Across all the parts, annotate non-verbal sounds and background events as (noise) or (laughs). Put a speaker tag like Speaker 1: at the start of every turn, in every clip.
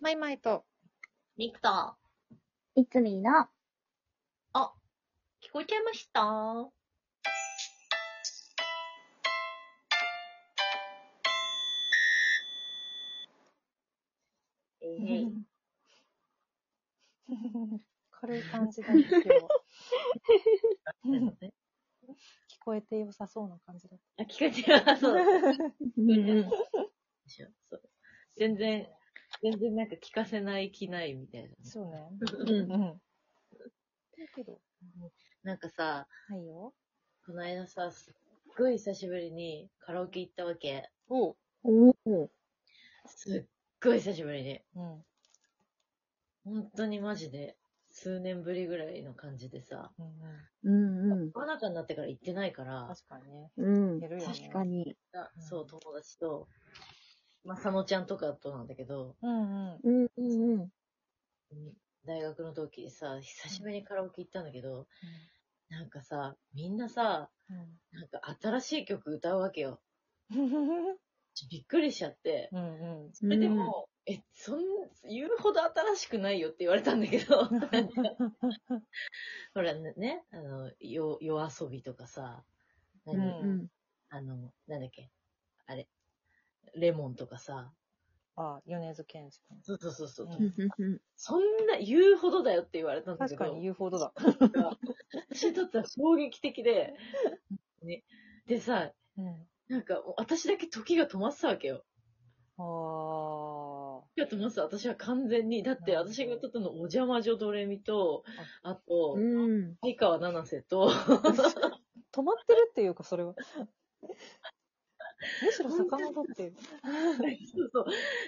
Speaker 1: マイマイと、
Speaker 2: ミクタ
Speaker 3: いつみーの、
Speaker 2: ー、聞こえちゃいましたえい、
Speaker 1: (laughs) 軽い感じだね、今日。聞こえて良さそうな感じだっ
Speaker 2: あ、 (laughs) 聞こえてる。そうだ。
Speaker 3: うん
Speaker 2: そう全然、全然なんか聞かせない気ないみたいな。
Speaker 1: た。そうね。
Speaker 3: うん
Speaker 1: ん。だけど、
Speaker 2: なんかさ、
Speaker 1: はいよ。
Speaker 2: この間さ、すっごい久しぶりにカラオケ行ったわけ。
Speaker 1: おう。
Speaker 3: おー
Speaker 2: すっごい久しぶりに。
Speaker 1: うん。
Speaker 2: 本当にマジで、数年ぶりぐらいの感じでさ、
Speaker 1: うん
Speaker 3: う
Speaker 1: うん。
Speaker 3: んうん
Speaker 2: コロナ禍になってから行ってないから、
Speaker 1: 確かにね。
Speaker 3: うん
Speaker 1: やるよね
Speaker 3: 確かに。
Speaker 1: うん
Speaker 2: そう、友達と、まあ、佐野ちゃんとかとなんだけど、
Speaker 1: うんうん。
Speaker 3: うんうんうん。
Speaker 2: 大学の時さ、久しぶりにカラオケ行ったんだけど、なんかさ、みんなさ、なんか新しい曲歌うわけよ。
Speaker 1: うん。
Speaker 2: びっくりしちゃって。
Speaker 1: うんうん。
Speaker 3: そ
Speaker 2: それでも、え、そん、言うほど新しくないよって言われたんだけ
Speaker 1: (laughs)
Speaker 2: ど、ほらね、あの、よ、夜遊びとかさ、何、
Speaker 1: うん
Speaker 3: うん。
Speaker 2: あの、なんだっけ、あれ、レモンとかさ、
Speaker 1: あ、米津玄師君。
Speaker 2: そうそうそうそう、
Speaker 1: うん
Speaker 2: そんな言うほどだよって言われたんだけ
Speaker 1: 確
Speaker 2: ど、
Speaker 1: かに言うほどだ。
Speaker 2: 私にとっては衝撃的で、ね、でさ、
Speaker 1: うん。
Speaker 2: なんかもう私だけ時が止まってたわけよ。
Speaker 1: あー。
Speaker 2: 時が止まってた、私は完全に。だって
Speaker 1: なるほど
Speaker 2: 私が歌ったのお邪魔女ドレミと、あと、
Speaker 3: うん。
Speaker 2: 相川七瀬と、
Speaker 1: 止まってるっていうか、それは。むしろ遡ってる。
Speaker 2: (laughs) そうそう。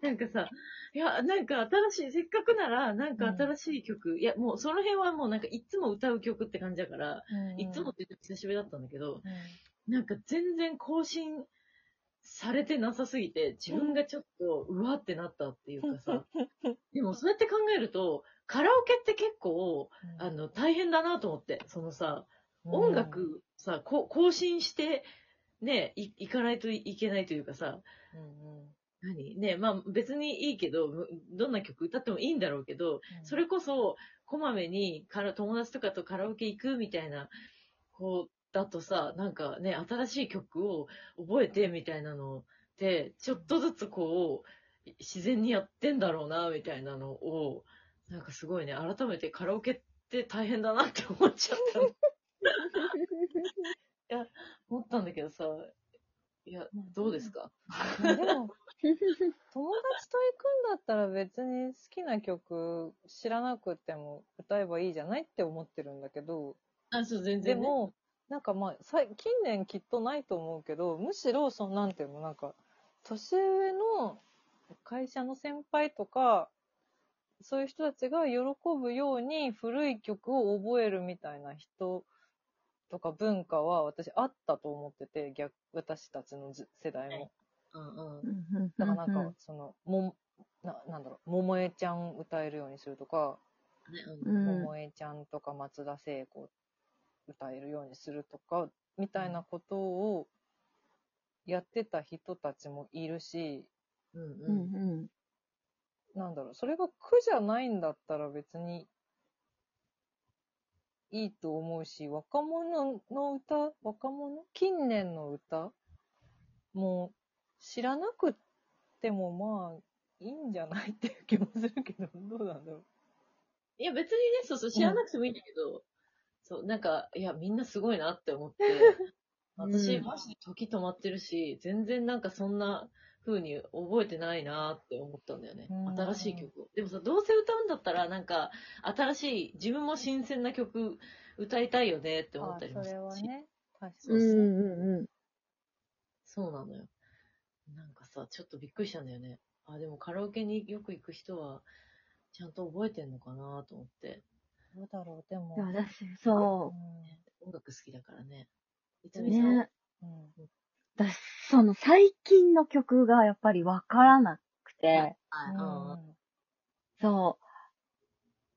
Speaker 2: なんかさ、いや、なんか新しい、せっかくなら、なんか新しい曲、いや、もうその辺はもうなんかいつも歌う曲って感じだから、いつもって言っても久しぶりだったんだけど、
Speaker 1: うん。
Speaker 2: なんか全然更新されてなさすぎて、自分がちょっと、うわってなったっていうかさ、でもそうやって考えると、カラオケって結構、
Speaker 1: うん
Speaker 2: あの、大変だなと思って、そのさ、音楽さ、こう更新して、ね、い、いかないといけないというかさ、
Speaker 1: うんうんうん
Speaker 2: 何ねまあ別にいいけど、むどんな曲歌ってもいいんだろうけど、それこそ、こまめにから友達とかとカラオケ行くみたいな子だとさ、なんかね、新しい曲を覚えてみたいなのって、ちょっとずつこう、自然にやってんだろうな、みたいなのを、なんかすごいね、改めてカラオケって大変だなって思っちゃ (laughs) ったの。思ったんだけどさ、いや、どうですか
Speaker 1: まあでも、 (laughs) 友達と行くんだったら別に好きな曲知らなくても歌えばいいじゃないって思ってるんだけど、
Speaker 2: あ、そう、全で
Speaker 1: で
Speaker 2: も、
Speaker 1: も、なんかまあ、さい近年きっとないと思うけど、むしろ、その、なんていうの、なんか、年上の会社の先輩とか、そういう人たちが喜ぶように古い曲を覚えるみたいな人とか文化は私あったと思ってて、逆、私たちのじ世代も。
Speaker 2: うんうん。
Speaker 1: だからなんか、その、も、な、なんだろう、桃江ちゃん歌えるようにするとか、
Speaker 2: ねうん
Speaker 3: うん、
Speaker 1: 桃江ちゃんとか松田聖子歌えるようにするとか、みたいなことをやってた人たちもいるし、
Speaker 2: うん
Speaker 3: う
Speaker 2: うん
Speaker 3: んうん。
Speaker 1: なんだろう、それが苦じゃないんだったら別にいいと思うし、若者の歌、若者近年の歌もう知らなくてもまあいいんじゃないっていう気もするけど、どうなんだろう。
Speaker 2: いや、別にね、そうそう、知らなくてもいいんだけど、そう、なんか、いや、みんなすごいなって思
Speaker 1: (laughs)
Speaker 2: って、私、
Speaker 3: うん
Speaker 2: マジで時止まってるし、全然なんかそんな風に覚えてないなって思ったんだよね
Speaker 1: うん。
Speaker 2: 新しい曲を。でもさ、どうせ歌うんだったら、なんか、新しい、自分も新鮮な曲歌いたいよねって思
Speaker 1: あ
Speaker 2: ったり
Speaker 1: そ
Speaker 2: もし
Speaker 1: れは
Speaker 2: たし、
Speaker 1: ね、確か
Speaker 3: うん
Speaker 1: に。
Speaker 3: うんう
Speaker 2: そうなのよ。なんかさ、ちょっとびっくりしたんだよね。あ、でもカラオケによく行く人は、ちゃんと覚えてんのかなと思って。
Speaker 1: どうだろう、でも
Speaker 3: ん。。私、そ。
Speaker 2: 音楽好きだからね。いうつみさんは
Speaker 3: ね。
Speaker 1: うんうん
Speaker 3: 私、その最近の曲がやっぱりわからなくて、
Speaker 2: あ
Speaker 3: そ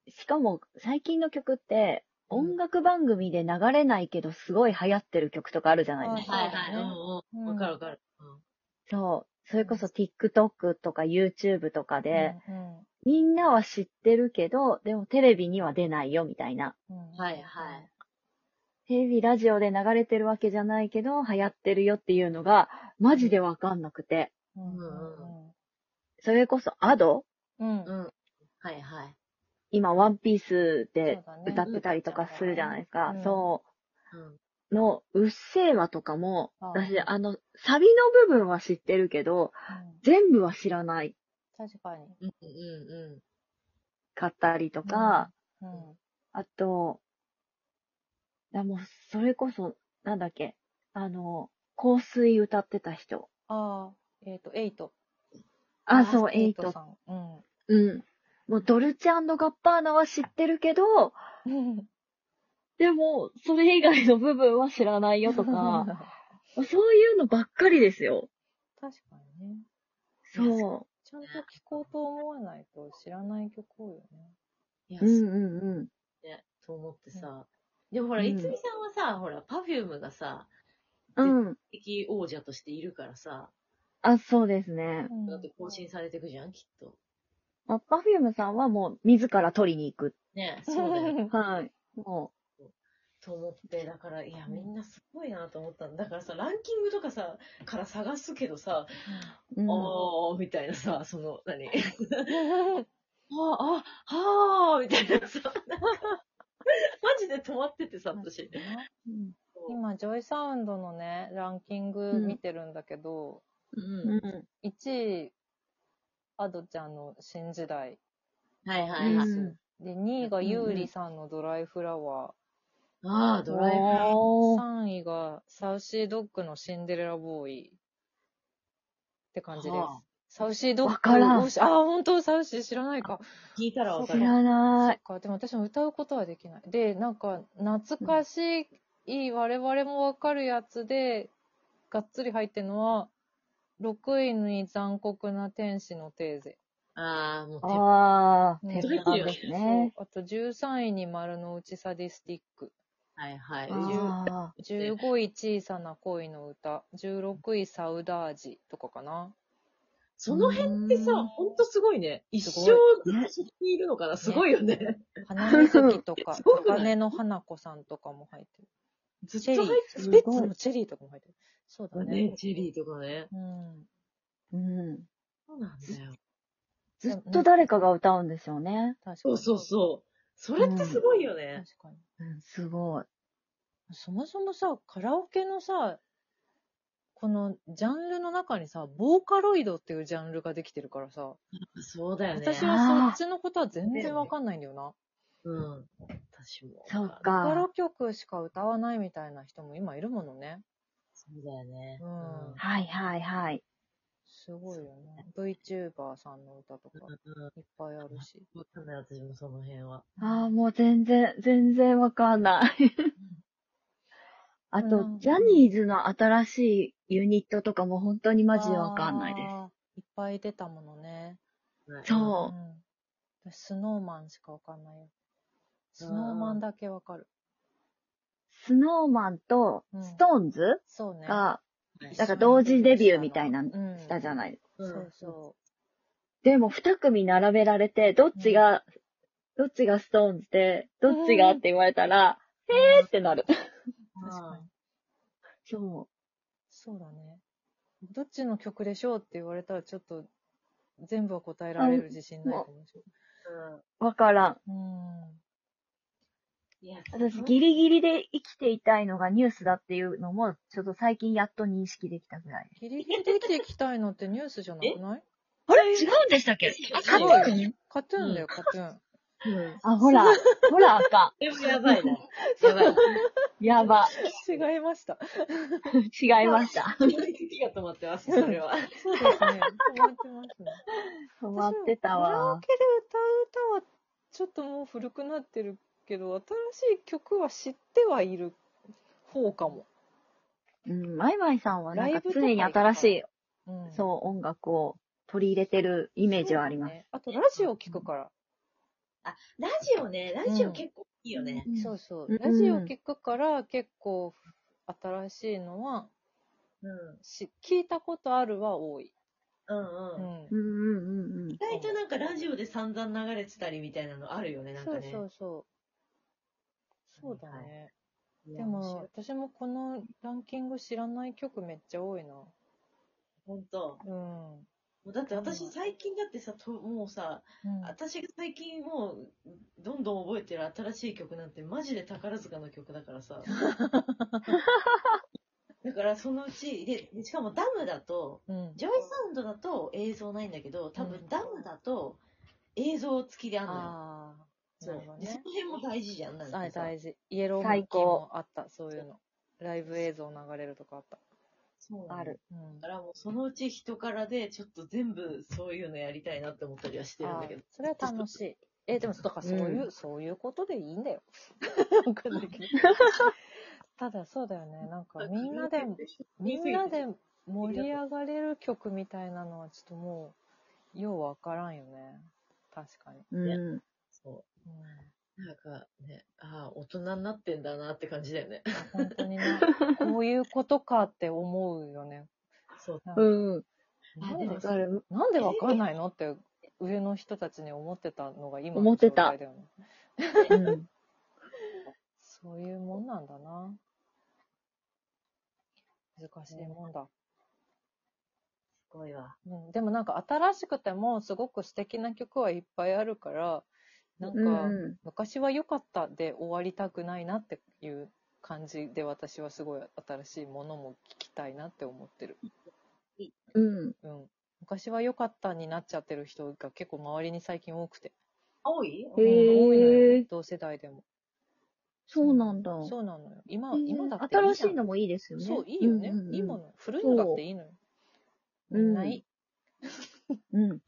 Speaker 3: う。しかも、最近の曲って、音楽番組で流れないけど、すごい流行ってる曲とかあるじゃないです
Speaker 2: あ、
Speaker 3: か。
Speaker 2: は
Speaker 1: はい
Speaker 2: い
Speaker 1: は
Speaker 2: はいい。
Speaker 1: う
Speaker 2: うんんうん。わかるわかる。
Speaker 3: そう。それこそ TikTok とか YouTube とかで、
Speaker 1: うんうん
Speaker 3: みんなは知ってるけど、でもテレビには出ないよみたいな。
Speaker 1: うん
Speaker 2: はいはい。
Speaker 3: テレビ、ラジオで流れてるわけじゃないけど、流行ってるよっていうのが、マジでわかんなくて。
Speaker 1: うんうん
Speaker 3: それこそ、アド
Speaker 1: うん。
Speaker 2: うん。はいはい。
Speaker 3: 今、ワンピースで
Speaker 1: そう
Speaker 3: 歌
Speaker 1: だ
Speaker 3: っ
Speaker 1: ね
Speaker 3: てたりとかするじゃないですか。
Speaker 1: うん
Speaker 3: そう
Speaker 2: うん。
Speaker 3: う。の、うっせぇわとかも、
Speaker 1: あー
Speaker 3: 私、あの、サビの部分は知ってるけど、
Speaker 1: うん
Speaker 3: 全部は知らない
Speaker 1: 確かに。
Speaker 2: うんうんう
Speaker 3: かったりとか、
Speaker 1: うん。
Speaker 3: あと、あもう、それこそ、なんだっけ、あの、香水歌ってた人。
Speaker 1: ああ、えっと、エイト。
Speaker 3: あ、そう、エ
Speaker 1: エ
Speaker 3: イ
Speaker 1: イ
Speaker 3: ト
Speaker 1: トさん。うん。
Speaker 3: うん。もうドルチェガッパーナは知ってるけど、でも、それ以外の部分は知らないよとか、そういうのばっかりですよ。
Speaker 1: (laughs) 確かにね。
Speaker 3: そ
Speaker 1: ちゃんと聴こうと思わないと知らない曲多いよね。
Speaker 2: ん。いや、
Speaker 3: う。うんうんうん。
Speaker 2: ね、と思ってさ。でもほら、
Speaker 3: うん
Speaker 2: いつみさんはさ、ほら、パフュームがさ、
Speaker 3: うん。
Speaker 2: 敵王者としているからさ、
Speaker 3: あ、そうですね。
Speaker 2: だって更新されていくじゃん、きっと。
Speaker 3: まあ、パフュームさんはもう自ら取りに行く。
Speaker 2: ね、
Speaker 1: うん
Speaker 2: そうだ (laughs) よ。
Speaker 3: はい。も
Speaker 2: と思って、だから、いや、みんなすごいなと思ったんだ。だからさ、ランキングとかさ、から探すけどさ、
Speaker 3: う。うん、
Speaker 2: おー、みたいなさ、その、何あー、あ、はー、みたいなさ、なんかマジで止まっててさ、私。
Speaker 3: うん
Speaker 1: (laughs) 今、ジョイサウンドのね、ランキング見てるんだけど、
Speaker 2: う。
Speaker 3: うんん。
Speaker 1: 1位、アドちゃんの新時代。
Speaker 2: はいはいはい。
Speaker 3: うん
Speaker 1: で、2位がユーリさんのドライフラワ
Speaker 2: ああ、ドライブ。
Speaker 1: ー。
Speaker 3: おー
Speaker 1: 3位がサウシードッグのシンデレラボーイ。って感じで
Speaker 2: はあ
Speaker 1: す。サウシードッグ。
Speaker 3: わからん
Speaker 1: (laughs) ああ、本当サウシー知らないか。
Speaker 2: 聞いたらわか
Speaker 3: 知
Speaker 2: る。
Speaker 3: ら
Speaker 1: そ
Speaker 3: な
Speaker 1: っ
Speaker 3: い。
Speaker 1: か、でも私も歌うことはできない。で、なんか、懐かしい、我々もわかるやつで、がっつり入ってるのは、6位に残酷な天使のテーゼ。
Speaker 2: ああ、もう、
Speaker 3: ああ、
Speaker 1: うん
Speaker 3: 鉄板ですね。
Speaker 1: そうあと13位に丸の内サディスティック。
Speaker 2: はいはい。
Speaker 3: あ
Speaker 1: 15位小さな恋の歌。16位サウダージとかかな。
Speaker 2: その辺ってさ、
Speaker 3: うん
Speaker 2: ほんとすごいね。一生
Speaker 1: す
Speaker 2: ずっとそこにいるのかな、すごいよね。
Speaker 1: 花水木と
Speaker 2: (laughs)
Speaker 1: か
Speaker 2: すご、くない
Speaker 1: 鋼の花子さんとかも入ってる。
Speaker 2: ずっ
Speaker 1: チェ
Speaker 2: と
Speaker 1: リー
Speaker 2: 入っ、
Speaker 1: スピッツのチェリーとかも入ってる。そう
Speaker 2: て
Speaker 1: だ
Speaker 2: る
Speaker 1: ね。
Speaker 2: ね、チェリーとかね。
Speaker 1: うん。
Speaker 3: ーうん。
Speaker 2: そうなんだよ。
Speaker 3: ずっと誰かが歌うんですよね。
Speaker 1: 確かに。
Speaker 2: そうそうそう。それってすごいよね。
Speaker 1: 確かに。
Speaker 3: うん、すごい。
Speaker 1: そもそもさ、カラオケのさ、このジャンルの中にさ、ボーカロイドっていうジャンルができてるからさ、
Speaker 2: そうだよね。
Speaker 1: 私はそっちのことは全然わかんないんだよな。
Speaker 2: うん。私も。
Speaker 3: そう
Speaker 1: ボカ
Speaker 3: か
Speaker 1: ロ。曲しか歌わないみたいな人も今いるものね。
Speaker 2: そうだよね。
Speaker 1: うん
Speaker 3: はいはいはい。
Speaker 1: すごいよね。VTuber さんの歌とか
Speaker 2: うん。
Speaker 1: いっぱいあるし。
Speaker 2: わかんない、私もその辺は。
Speaker 3: ああ、もう全然、全然わかんない。あ
Speaker 1: う
Speaker 3: と
Speaker 1: ん、
Speaker 3: ジャニーズの新しいユニットとかも本当にマジでわかんないで
Speaker 1: あーいっぱい出たものね。
Speaker 3: そう
Speaker 1: うん。スノーマンしかわかんないよ。スノーマンだけわかる。
Speaker 3: す。スノーマンと
Speaker 1: うん
Speaker 3: ストーンズ
Speaker 1: そうね。
Speaker 3: が、
Speaker 2: うん。
Speaker 3: なんか同時デビューみたいな
Speaker 1: う、ん
Speaker 3: したじゃない。
Speaker 2: うん
Speaker 1: そうそ
Speaker 3: でも二組並べられて、どっちが、どっちがストーンズで、どっちがって言われたら、
Speaker 1: う。
Speaker 3: えーってなる。
Speaker 1: うん確かに。
Speaker 3: そ
Speaker 1: そうだね。どっちの曲でしょうって言われたら、ちょっと、全部は答えられる自信ないかもしれ
Speaker 2: うん
Speaker 3: う。わからん。
Speaker 1: ない。
Speaker 2: いや、
Speaker 3: 私、ギリギリで生きていたいのがニュースだっていうのも、ちょっと最近やっと認識できたぐらいです。
Speaker 1: ギリギリで生きていきたいのってニュースじゃなくない
Speaker 3: あれ違うんでしたっけ
Speaker 2: あ
Speaker 1: カトゥ
Speaker 3: ーン
Speaker 1: カトゥーンだよ、カトゥーン。
Speaker 2: うん。
Speaker 3: あ、 (laughs) ほら、ほら、あか
Speaker 2: でもやばいな。やばい。
Speaker 3: ん。やば。
Speaker 1: 違いました。
Speaker 3: (laughs) 違いました。
Speaker 2: 時が止まってます、それは。
Speaker 1: そうですね。止まってますね。
Speaker 3: 止まってた
Speaker 1: カラオ
Speaker 3: わ
Speaker 1: ケ。で歌う歌は、ちょっともう古くなってるけど、新しい曲は知ってはいる方かも。
Speaker 3: うん、マイマイさんはなん
Speaker 1: ラ
Speaker 3: か
Speaker 1: イブとか
Speaker 3: 常に新しい、
Speaker 1: うん
Speaker 3: そう、音楽を取り入れてるイ
Speaker 1: イ
Speaker 3: メージはあります。
Speaker 1: あと、ラジオ聞くから。
Speaker 2: ラジオね、ラジオ結構いいよね。
Speaker 1: そうそう
Speaker 3: うん。
Speaker 1: ラジオ聞くから結構新しいのは
Speaker 2: うん。
Speaker 1: し、聞いたことあるは多い。
Speaker 2: うん
Speaker 1: う
Speaker 2: うん。
Speaker 1: ん
Speaker 3: う。んうんうんうん
Speaker 2: 意外となんかラジオで散々流れてたりみたいなのあるよね、なんか
Speaker 1: そう
Speaker 2: ね。
Speaker 1: そうそう。そうだね。
Speaker 2: いや
Speaker 1: でも、、私もこのランキング知らない曲めっちゃ多いな。
Speaker 2: 本当。
Speaker 1: うん。う
Speaker 2: もうだって私最近だってさ、ともうさ、
Speaker 1: ん
Speaker 2: 私が最近もう、どんどん覚えてる新しい曲なんて、マジで宝塚の曲だから
Speaker 1: (laughs)
Speaker 2: さ。だからそのうち、で、でしかもダムだと、
Speaker 1: うん。
Speaker 2: ジョイサウンドだと映像ないんだけど、多
Speaker 1: う
Speaker 2: 分
Speaker 1: ん
Speaker 2: ダムだと映像付きであんのよ。
Speaker 1: ああ、
Speaker 2: そ
Speaker 1: な
Speaker 2: う
Speaker 1: るほど
Speaker 2: でその
Speaker 1: ね。
Speaker 2: 辺も大事じゃん。なんか
Speaker 1: あ
Speaker 2: さ
Speaker 1: 大事。イエローモン
Speaker 3: 最
Speaker 1: キー
Speaker 3: 高
Speaker 1: もあった、そういうの。ライブ映像流れるとかあった。
Speaker 2: そうなの
Speaker 3: ある。。
Speaker 1: うん
Speaker 2: だか。らもうそのうち人からで、ちょっと全部そういうのやりたいなって思ったりはしてるん
Speaker 1: あ
Speaker 2: だけ
Speaker 1: ー
Speaker 2: ど。
Speaker 1: それは楽しい。え、でも、だからそういう、
Speaker 3: う
Speaker 1: そういうことでいいん (laughs) だよ。わかんないけどただそうだよね。なんかみんなで、みんなで盛り上がれる曲みたいなのはちょっともう、ようわからんよね。確かに。
Speaker 3: うん。
Speaker 2: そ
Speaker 1: うん
Speaker 2: う。なんかね、ああ、大人になってんだなって感じだよね。
Speaker 1: 本当に (laughs) ね、こういうことかって思うよね。
Speaker 2: そう。
Speaker 3: うん。
Speaker 2: あ
Speaker 1: な
Speaker 2: で
Speaker 1: んで
Speaker 2: も
Speaker 3: わかる。
Speaker 1: なんでわかんないのって上の人たちに思ってたのが今
Speaker 3: 思
Speaker 1: の
Speaker 3: って
Speaker 1: 状
Speaker 3: た
Speaker 1: 態だよね。
Speaker 3: うん。
Speaker 1: そういうもんなんだな。難しいもんだ。
Speaker 2: すごいわ。
Speaker 1: うん、でもなんか新しくてもすごく素敵な曲はいっぱいあるから、なんか、
Speaker 3: うん。
Speaker 1: 昔は良かったで終わりたくないなっていう感じで私はすごい新しいものも聞きたいなって思ってる。
Speaker 3: うん。
Speaker 1: うん。昔は良かったになっちゃってる人が結構周りに最近多くて。
Speaker 2: 青い
Speaker 3: へー
Speaker 1: うん多いのよ同世代でも。
Speaker 3: そうなんだ。
Speaker 1: そうなのよ。今、
Speaker 3: うん
Speaker 1: 今だっていい
Speaker 3: 新
Speaker 1: じゃ
Speaker 3: し
Speaker 1: ん
Speaker 3: いのもいいですよね。
Speaker 1: そう、いいよね。
Speaker 3: うんうんうん
Speaker 1: いいもの。古いのだっていいのよ。
Speaker 3: そう
Speaker 1: ない。
Speaker 3: うん。